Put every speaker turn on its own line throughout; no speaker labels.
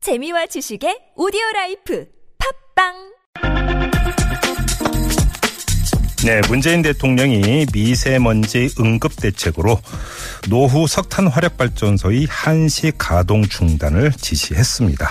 재미와 지식의 오디오 라이프 팝빵
네, 문재인 대통령이 미세먼지 응급 대책으로 노후 석탄 화력 발전소의 한시 가동 중단을 지시했습니다.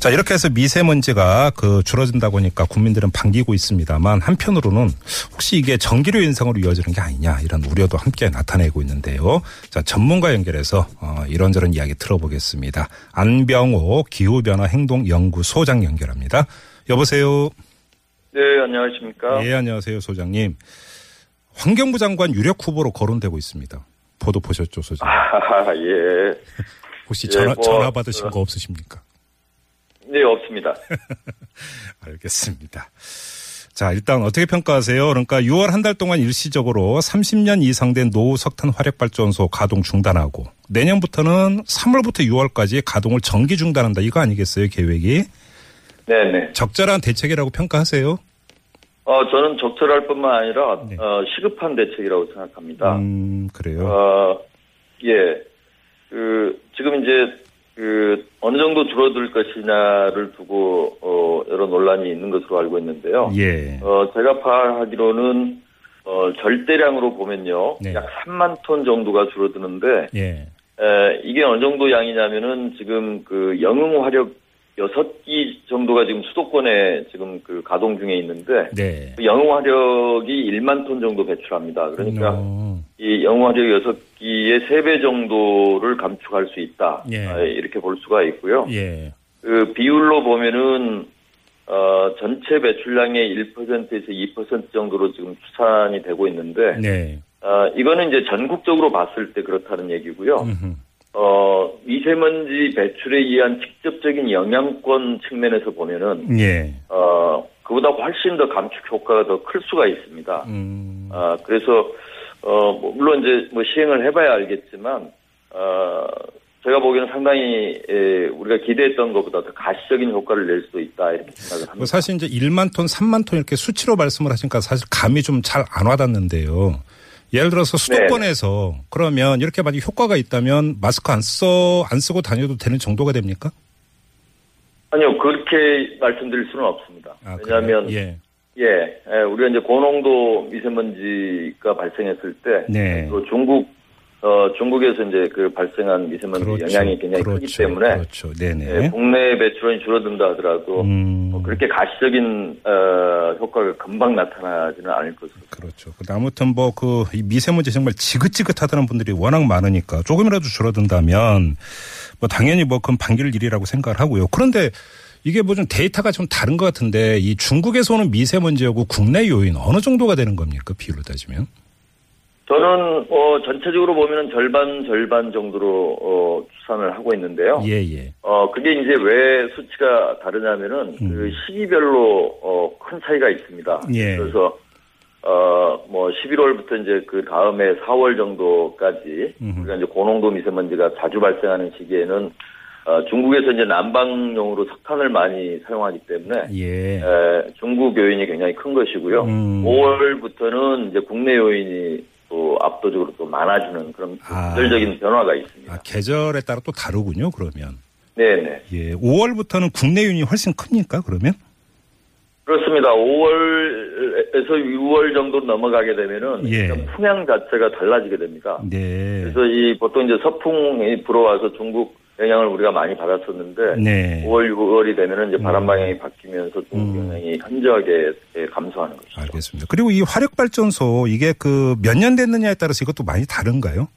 자, 이렇게 해서 미세먼지가 그 줄어든다고 하니까 국민들은 반기고 있습니다만 한편으로는 혹시 이게 전기료 인상으로 이어지는 게 아니냐 이런 우려도 함께 나타내고 있는데요. 자, 전문가 연결해서 어, 이런저런 이야기 들어보겠습니다. 안병호 기후변화 행동연구소장 연결합니다. 여보세요.
네, 안녕하십니까.
예, 안녕하세요, 소장님. 환경부 장관 유력 후보로 거론되고 있습니다. 보도 보셨죠, 소장? 님
아, 예.
혹시
예,
전화,
뭐,
전화 받으신
어.
거 없으십니까?
네, 없습니다.
알겠습니다. 자, 일단 어떻게 평가하세요? 그러니까 6월 한 달 동안 일시적으로 30년 이상 된 노후 석탄 화력 발전소 가동 중단하고 내년부터는 3월부터 6월까지 가동을 정기 중단한다. 이거 아니겠어요, 계획이?
네네.
적절한 대책이라고 평가하세요?
어, 저는 적절할 뿐만 아니라, 어, 시급한 대책이라고 생각합니다.
네. 음, 그래요.
어, 예. 그, 지금 이제, 그, 어느 정도 줄어들 것이냐를 두고, 어, 여러 논란이 있는 것으로 알고 있는데요.
예.
어, 제가 파악하기로는, 어, 절대량으로 보면요.
네.
약 3만 톤 정도가 줄어드는데,
예.
에, 이게 어느 정도 양이냐면은 지금 그 영흥 화력 여섯 기 정도가 지금 수도권에 지금 그 가동 중에 있는데
네.
그 영흥 화력이 1만 톤 정도 배출합니다. 그러니까
어,
이 영흥 화력 여섯 기의 3배 정도를 감축할 수 있다.
예.
아, 이렇게 볼 수가 있고요.
예.
그 비율로 보면은 어, 전체 배출량의 1%에서 2% 정도로 지금 추산이 되고 있는데
네.
어, 이거는 이제 전국적으로 봤을 때 그렇다는 얘기고요.
음흠.
어, 미세먼지 배출에 의한 직접적인 영향권 측면에서 보면은,
예.
어, 그보다 훨씬 더 감축 효과가 더 클 수가 있습니다.
음,
아, 그래서, 어, 뭐 물론 이제 뭐 시행을 해봐야 알겠지만, 어, 제가 보기에는 상당히, 에, 우리가 기대했던 것보다 더 가시적인 효과를 낼 수도 있다, 이렇게 생각을
뭐
합니다.
사실 이제 1만 톤, 3만 톤 이렇게 수치로 말씀을 하시니까 사실 감이 좀 잘 안 와닿는데요. 예를 들어서 수도권에서 그러면 이렇게 만약 효과가 있다면 마스크 안 써, 안 쓰고 다녀도 되는 정도가 됩니까?
아니요, 그렇게 말씀드릴 수는 없습니다.
아, 그래요?
왜냐하면,
예.
예, 예, 우리가 이제 고농도 미세먼지가 발생했을 때,
네.
또 중국, 어, 중국에서 이제 그 발생한 미세먼지 영향이 굉장히 크기
그렇죠.
때문에,
그렇죠. 네네.
예, 국내 배출원이 줄어든다 하더라도,
음.
뭐 그렇게 가시적인, 어, 효과가 금방 나타나지는 않을 것으로.
그렇죠. 근데 아무튼 뭐 그 미세먼지 정말 지긋지긋하다는 분들이 워낙 많으니까 조금이라도 줄어든다면 뭐 당연히 뭐 그건 반길 일이라고 생각을 하고요. 그런데 이게 뭐 좀 데이터가 좀 다른 것 같은데 이 중국에서 오는 미세먼지하고 국내 요인 어느 정도가 되는 겁니까 비율로 따지면?
저는, 어, 전체적으로 보면은 절반, 절반 정도로, 어, 추산을 하고 있는데요.
예예.
어, 그게 이제 왜 수치가 다르냐면은, 그 시기별로, 어, 큰 차이가 있습니다.
음. 예.
그래서, 어, 뭐, 11월부터 이제 그 다음에 4월 정도까지, 우리가 이제 고농도 미세먼지가 자주 발생하는 시기에는, 어, 중국에서 이제 난방용으로 석탄을 많이 사용하기 때문에,
예.
에, 중국 요인이 굉장히 큰 것이고요.
음.
5월부터는 이제 국내 요인이 또 압도적으로 또 많아지는 그런
아.
절적인 변화가 있습니다.
아 계절에 따라 또 다르군요. 그러면
네네.
예 5월부터는 국내 요인이 훨씬 크니까 그러면?
그렇습니다. 5월에서 6월 정도 넘어가게 되면은
예.
그러니까 풍향 자체가 달라지게 됩니다.
네.
그래서 이 보통 이제 서풍이 불어와서 중국 영향을 우리가 많이 받았었는데
네. 음.
5월, 6월이 되면은 이제 바람 방향이 바뀌면서 중국 영향이 현저하게 예, 감소하는 거죠.
알겠습니다. 그리고 이 화력 발전소 이게 그 몇 년 됐느냐에 따라서 이것도 많이 다른가요?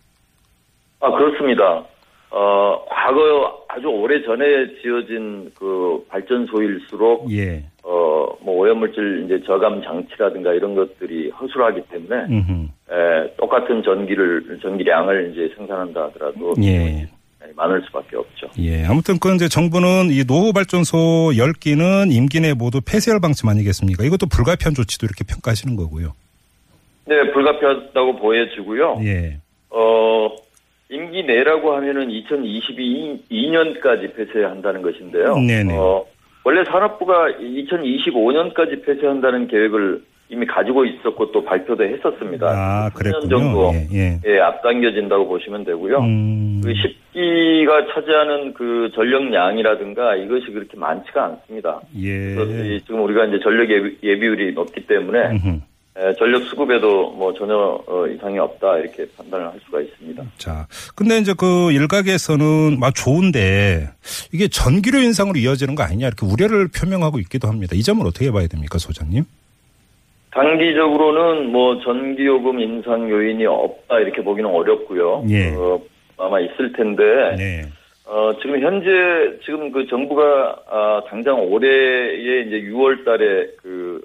아 그렇습니다. 어 과거 아주 오래 전에 지어진 그 발전소일수록
예.
어 뭐 오염물질 이제 저감 장치라든가 이런 것들이 허술하기 때문에
음.
에, 똑같은 전기를 전기량을 이제 생산한다 하더라도
예.
네, 많을 수밖에 없죠.
예. 아무튼 그건 이제 정부는 이 노후 발전소 10기는 임기 내 모두 폐쇄할 방침 아니겠습니까? 이것도 불가피한 조치도 이렇게 평가하시는 거고요.
네, 불가피하다고 보여지고요.
예.
어 임기 내라고 하면은 2022년까지 폐쇄한다는 것인데요.
네네.
어, 원래 산업부가 2025년까지 폐쇄한다는 계획을 이미 가지고 있었고 또 발표도 했었습니다.
아,
10년
그랬군요.
정도
예, 예.
예, 앞당겨진다고 보시면 되고요.
음,
그 10기가 차지하는 그 전력량이라든가 이것이 그렇게 많지가 않습니다. 그래서
예.
이 지금 우리가 이제 전력 예비, 예비율이 높기 때문에
음흠.
에, 전력 수급에도 뭐 전혀 어, 이상이 없다 이렇게 판단을 할 수가 있습니다.
자, 근데 이제 그 일각에서는 막 좋은데 이게 전기료 인상으로 이어지는 거 아니냐 이렇게 우려를 표명하고 있기도 합니다. 이 점을 어떻게 봐야 됩니까, 소장님?
단기적으로는 뭐 전기요금 인상 요인이 없다 이렇게 보기는 어렵고요.
예.
어, 아마 있을 텐데
네.
어, 지금 현재 지금 그 정부가 아, 당장 올해에 이제 6월달에 그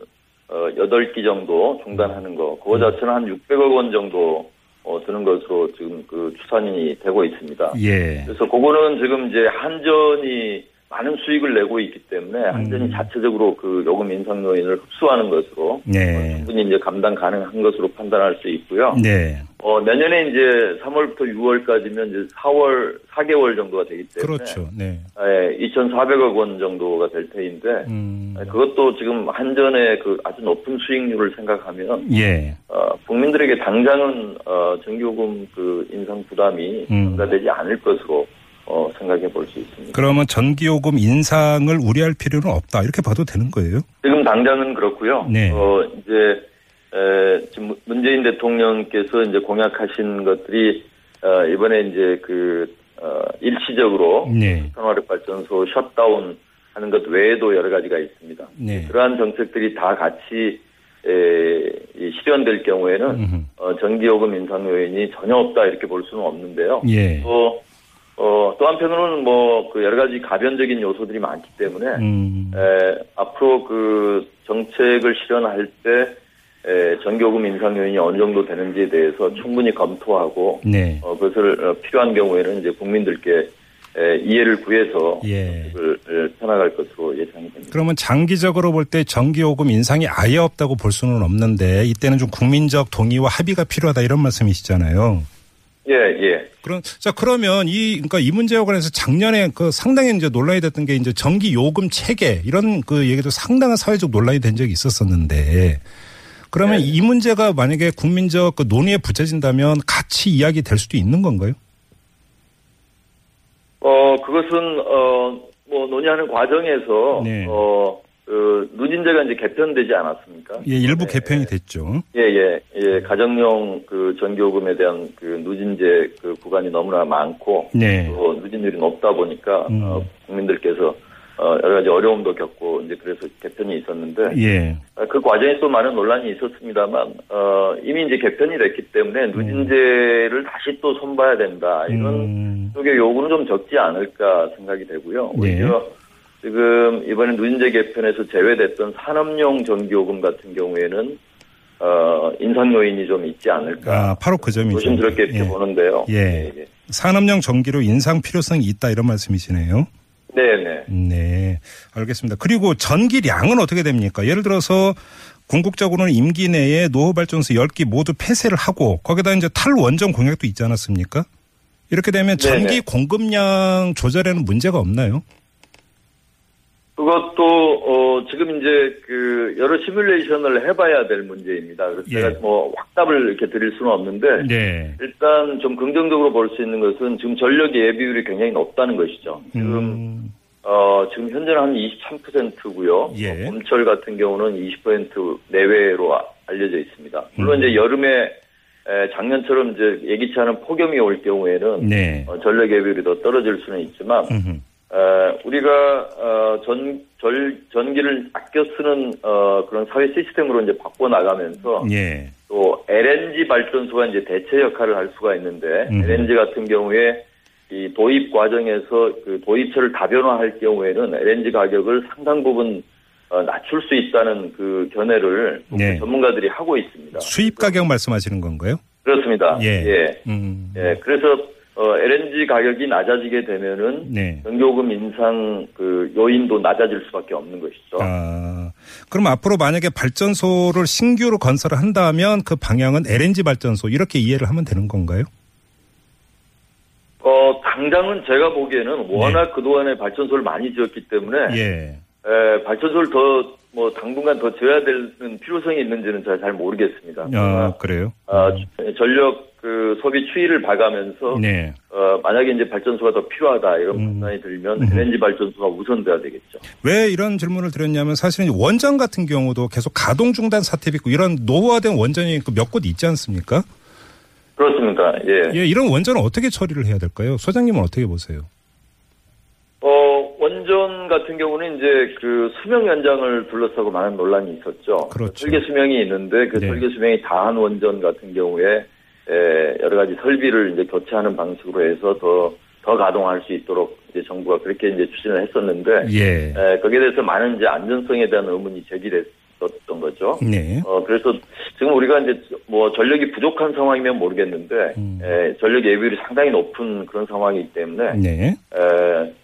어, 8기 정도 중단하는 거
음.
그거 자체는 한 600억 원 정도 어, 드는 것으로 지금 그 추산이 되고 있습니다.
예.
그래서 그거는 지금 이제 한전이 많은 수익을 내고 있기 때문에 한전이
음.
자체적으로 그 요금 인상 요인을 흡수하는 것으로 어,
네.
충분히 이제 감당 가능한 것으로 판단할 수 있고요.
네.
어, 내년에 이제 3월부터 6월까지면 이제 4월 4개월 정도가 되기 때문에
그렇죠. 네.
예, 2,400억 원 정도가 될 테인데
음.
예, 그것도 지금 한전의 그 아주 높은 수익률을 생각하면
예.
어, 국민들에게 당장은 어, 전기요금 그 인상 부담이
음.
증가되지 않을 것으로 어, 생각해 볼 수 있습니다.
그러면 전기요금 인상을 우려할 필요는 없다 이렇게 봐도 되는 거예요?
지금 당장은 그렇고요.
네.
어, 이제 에, 지금 문재인 대통령께서 이제 공약하신 것들이 어, 이번에 이제 그 어, 일시적으로
네.
탄화력 발전소 셧다운 하는 것 외에도 여러 가지가 있습니다.
네.
그러한 정책들이 다 같이 에, 이 실현될 경우에는
음흠.
어, 전기요금 인상 요인이 전혀 없다 이렇게 볼 수는 없는데요.
예.
또, 어, 또 한편으로는 뭐 그 여러 가지 가변적인 요소들이 많기 때문에
음.
에, 앞으로 그 정책을 실현할 때 에, 전기요금 인상 요인이 어느 정도 되는지에 대해서 충분히 검토하고
네.
어, 그것을 어, 필요한 경우에는 이제 국민들께 에, 이해를 구해서
예.
정책을 펴나갈 것으로 예상이 됩니다.
그러면 장기적으로 볼 때 전기요금 인상이 아예 없다고 볼 수는 없는데 이때는 좀 국민적 동의와 합의가 필요하다 이런 말씀이시잖아요.
예, 예.
그럼 자 그러면 이 그러니까 이 문제와 관해서 작년에 그 상당히 이제 논란이 됐던 게 이제 전기 요금 체계 이런 그 얘기도 상당한 사회적 논란이 된 적이 있었었는데 그러면
네.
이 문제가 만약에 국민적 그 논의에 붙여진다면 같이 이야기 될 수도 있는 건가요?
어, 그것은, 어, 뭐, 논의하는 과정에서,
네.
어, 그, 누진제가 이제 개편되지 않았습니까?
예, 일부
네.
개편이 됐죠.
예, 예, 예. 가정용 그 전기요금에 대한 그 누진제 그 구간이 너무나 많고,
네.
또 누진율이 높다 보니까,
음.
어, 국민들께서, 어, 여러 가지 어려움도 겪고, 이제 그래서 개편이 있었는데,
예.
아, 그 과정에 또 많은 논란이 있었습니다만 어, 이미 이제 개편이 됐기 때문에 누진제를 다시 또 손봐야 된다 아, 이런
네. 음,
쪽의 요구는 좀 적지 않을까 생각이 되고요.
네.
오히려 지금 이번에 누진제 개편에서 제외됐던 산업용 전기요금 같은 경우에는 어, 인상 요인이 좀 있지 않을까
아, 바로 그 점이죠.
조심스럽게 이렇게 뭐
예.
보는데요. 네,
예. 산업용 전기료 인상 필요성이 있다 이런 말씀이시네요.
네네.
네, 알겠습니다. 그리고 전기량은 어떻게 됩니까? 예를 들어서 궁극적으로는 임기 내에 노후발전소 10기 모두 폐쇄를 하고 거기다 이제 탈원전 공약도 있지 않았습니까? 이렇게 되면 전기
네네.
공급량 조절에는 문제가 없나요?
그것도 어, 지금 이제 그 여러 시뮬레이션을 해봐야 될 문제입니다. 그래서
예.
제가 뭐 확답을 이렇게 드릴 수는 없는데
네.
일단 좀 긍정적으로 볼 수 있는 것은 지금 전력 예비율이 굉장히 높다는 것이죠. 지금
음,
어, 지금 현재는 한 23%고요.
예.
봄철 같은 경우는 20% 내외로 아- 알려져 있습니다.
음.
물론 이제 여름에 에, 작년처럼 이제 예기치 않은 폭염이 올 경우에는
네.
어, 전력 예비율이 더 떨어질 수는 있지만
음흠.
에, 우리가 어, 전, 절, 전기를 아껴 쓰는 어, 그런 사회 시스템으로 이제 바꿔 나가면서
예.
또 LNG 발전소가 이제 대체 역할을 할 수가 있는데
음.
LNG 같은 경우에 이 도입 과정에서 그 도입처를 다변화할 경우에는 LNG 가격을 상당 부분 어, 낮출 수 있다는 그 견해를
네.
전문가들이 하고 있습니다.
수입 가격 말씀하시는 건가요?
그렇습니다.
예.
예.
음,
예. 그래서 어, LNG 가격이 낮아지게 되면은
네.
전기요금 인상 그 요인도 낮아질 수밖에 없는 것이죠.
아, 그럼 앞으로 만약에 발전소를 신규로 건설을 한다면 그 방향은 LNG 발전소 이렇게 이해를 하면 되는 건가요?
어, 당장은 제가 보기에는 워낙 그동안에 발전소를 많이 지었기 때문에
예.
에, 발전소를 더, 뭐, 당분간 더 지어야 되는 필요성이 있는지는 제가 잘 모르겠습니다.
아, 그래요?
아, 주- 전력 그 소비 추이를 봐가면서
네.
어, 만약에 이제 발전소가 더 필요하다 이런 판단이 들면 LNG 발전소가 우선돼야 되겠죠.
왜 이런 질문을 드렸냐면 사실은 원전 같은 경우도 계속 가동 중단 사태도 있고 이런 노후화된 원전이 그 몇 곳 있지 않습니까?
그렇습니다. 예.
예, 이런 원전은 어떻게 처리를 해야 될까요? 소장님은 어떻게 보세요?
어, 원전 같은 경우는 이제 그 수명 연장을 둘러싸고 많은 논란이 있었죠.
그렇죠.
설계 수명이 있는데 그
네.
설계 수명이 다한 원전 같은 경우에 에, 여러 가지 설비를 이제 교체하는 방식으로 해서 더, 더 가동할 수 있도록 이제 정부가 그렇게 이제 추진을 했었는데
예.
에, 거기에 대해서 많은 이제 안전성에 대한 의문이 제기됐었던 거죠.
네.
어, 그래서 지금 우리가 이제 뭐 전력이 부족한 상황이면 모르겠는데,
음.
에, 전력 예비율이 상당히 높은 그런 상황이기 때문에,
네.
에,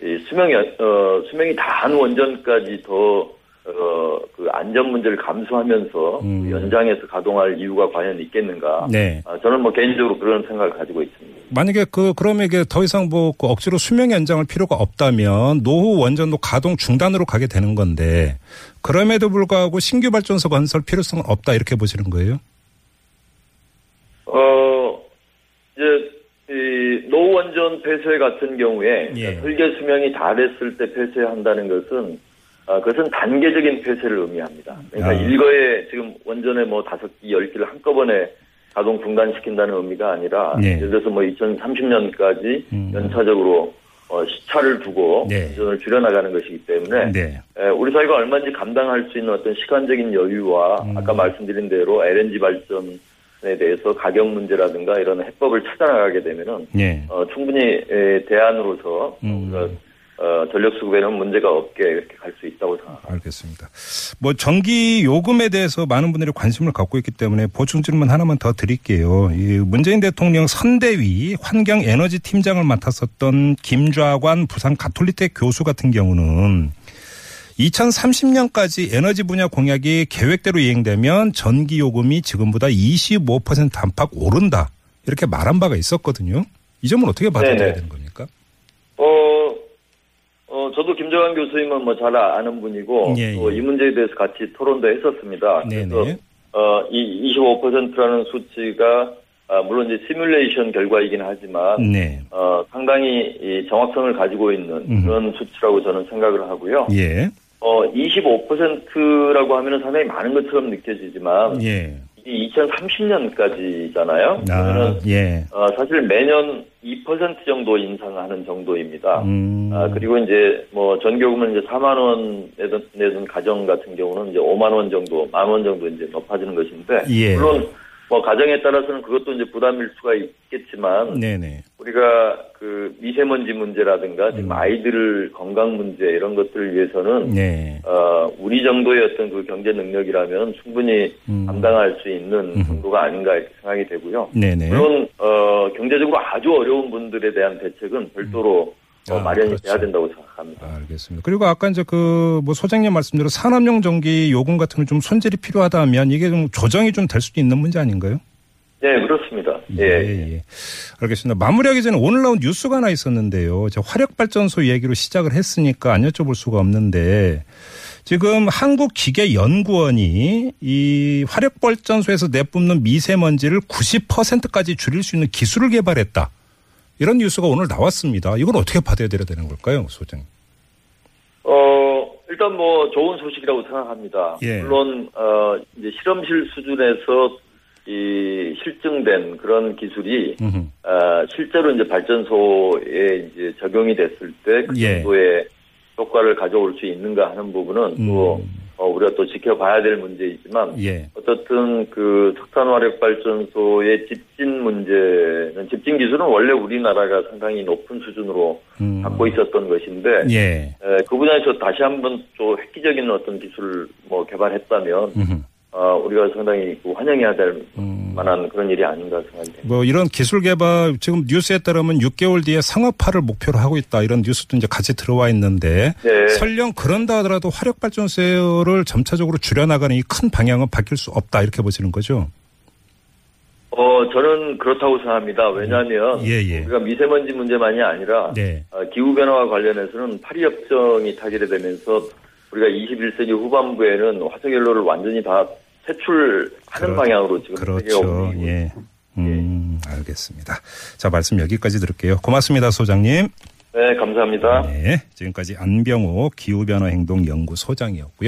이 수명이, 어, 수명이 다한 원전까지 더, 어, 그 안전 문제를 감수하면서
음.
연장해서 가동할 이유가 과연 있겠는가.
네.
아, 저는 뭐 개인적으로 그런 생각을 가지고 있습니다.
만약에 그 그러면 이게 더 이상 뭐그 억지로 수명 연장할 필요가 없다면 노후 원전도 가동 중단으로 가게 되는 건데 그럼에도 불구하고 신규 발전소 건설 필요성은 없다 이렇게 보시는 거예요?
어, 이제, 이, 노원전 폐쇄 같은 경우에,
예.
설계 수명이 다 됐을 때 폐쇄한다는 것은, 아, 그것은 단계적인 폐쇄를 의미합니다. 그러니까
아.
일거에 지금 원전에 뭐 다섯 기, 열 기를 한꺼번에 가동 중단시킨다는 의미가 아니라,
예.
예를 들어서 뭐 2030년까지
음.
연차적으로 어, 시차를 두고
네.
원전을 줄여나가는 것이기 때문에,
네.
에, 예, 우리 사회가 얼마든지 감당할 수 있는 어떤 시간적인 여유와
음.
아까 말씀드린 대로 LNG 발전에 대해서 가격 문제라든가 이런 해법을 찾아나가게 되면은
예.
어, 충분히 에, 대안으로서
음.
우리가, 어, 전력 수급에는 문제가 없게 이렇게 갈 수 있다고 생각합니다.
알겠습니다. 뭐 전기 요금에 대해서 많은 분들이 관심을 갖고 있기 때문에 보충 질문 하나만 더 드릴게요. 이 문재인 대통령 선대위 환경 에너지 팀장을 맡았었던 김좌관 부산 가톨릭대 교수 같은 경우는 2030년까지 에너지 분야 공약이 계획대로 이행되면 전기 요금이 지금보다 25% 안팎 오른다. 이렇게 말한 바가 있었거든요. 이 점은 어떻게 받아들여야
네네.
되는 겁니까?
어, 어, 저도 김정환 교수님은 뭐 잘 아는 분이고
예,
또
예.
이 문제에 대해서 같이 토론도 했었습니다.
네네.
아, 그래서 어, 이 25%라는 수치가 아, 물론 이제 시뮬레이션 결과이긴 하지만
네.
어, 상당히 이 정확성을 가지고 있는 그런 수치라고 저는 생각을 하고요.
예.
어, 25%라고 하면 상당히 많은 것처럼 느껴지지만,
예.
이게 2030년까지잖아요.
아,
그러면
예.
어, 사실 매년 2% 정도 인상하는 정도입니다.
음.
아, 그리고 이제 뭐 전교금은 이제 4만 원 내던, 내던 가정 같은 경우는 이제 5만 원 정도, 만 원 정도 이제 높아지는 것인데,
예.
물론 뭐 가정에 따라서는 그것도 이제 부담일 수가 있겠지만,
네네.
우리가 그 미세먼지 문제라든가
음.
지금 아이들을 건강 문제 이런 것들을 위해서는
네.
어, 우리 정도의 어떤 그 경제 능력이라면 충분히
음.
감당할 수 있는 정도가 아닌가 이렇게 생각이 되고요.
네네.
물론 어, 경제적으로 아주 어려운 분들에 대한 대책은 별도로 어,
아,
마련이
그렇죠.
돼야 된다고 생각합니다.
알겠습니다. 그리고 아까 이제 그 뭐 소장님 말씀대로 산업용 전기 요금 같은 걸 좀 손질이 필요하다면 이게 좀 조정이 좀 될 수도 있는 문제 아닌가요?
네, 그렇습니다. 예.
예. 알겠습니다. 마무리하기 전에 오늘 나온 뉴스가 하나 있었는데요. 저 화력발전소 얘기로 시작을 했으니까 안 여쭤볼 수가 없는데 지금 한국기계연구원이 이 화력발전소에서 내뿜는 미세먼지를 90%까지 줄일 수 있는 기술을 개발했다. 이런 뉴스가 오늘 나왔습니다. 이걸 어떻게 받아들여야 되는 걸까요, 소장님?
어, 일단 뭐 좋은 소식이라고 생각합니다.
예.
물론 어, 이제 실험실 수준에서 이 실증된 그런 기술이
음흠.
어, 실제로 이제 발전소에 이제 적용이 됐을 때 그
예.
정도의 효과를 가져올 수 있는가 하는 부분은 또 어, 우리가 또 지켜봐야 될 문제이지만
음. 예.
어떻든 그 석탄화력발전소의 집진 문제는 집진 기술은 원래 우리나라가 상당히 높은 수준으로
음.
갖고 있었던 것인데
예.
에, 그 분야에서 다시 한번 또 획기적인 어떤 기술을 뭐 개발했다면
음흠. 음.
어, 우리가 상당히 그 환영해야 될 만한 그런 일이 아닌가 생각이 됩니다.
뭐 이런 기술 개발 지금 뉴스에 따르면 6개월 뒤에 상업화를 목표로 하고 있다 이런 뉴스도 이제 같이 들어와 있는데
네.
설령 그런다 하더라도 화력 발전소를 점차적으로 줄여나가는 이 큰 방향은 바뀔 수 없다 이렇게 보시는 거죠.
어, 저는 그렇다고 생각합니다. 왜냐하면
예, 예.
우리가 미세먼지 문제만이 아니라 어,
네.
기후 변화와 관련해서는 파리 협정이 타결이 되면서 우리가 21세기 후반부에는 화석연료를 완전히 다 퇴출하는
그렇-
방향으로 지금 세계가
그렇죠.
움직이고
예. 음, 알겠습니다. 자, 말씀 여기까지 들을게요. 고맙습니다, 소장님.
네, 감사합니다.
네, 지금까지 안병호 기후변화행동연구소장이었고요.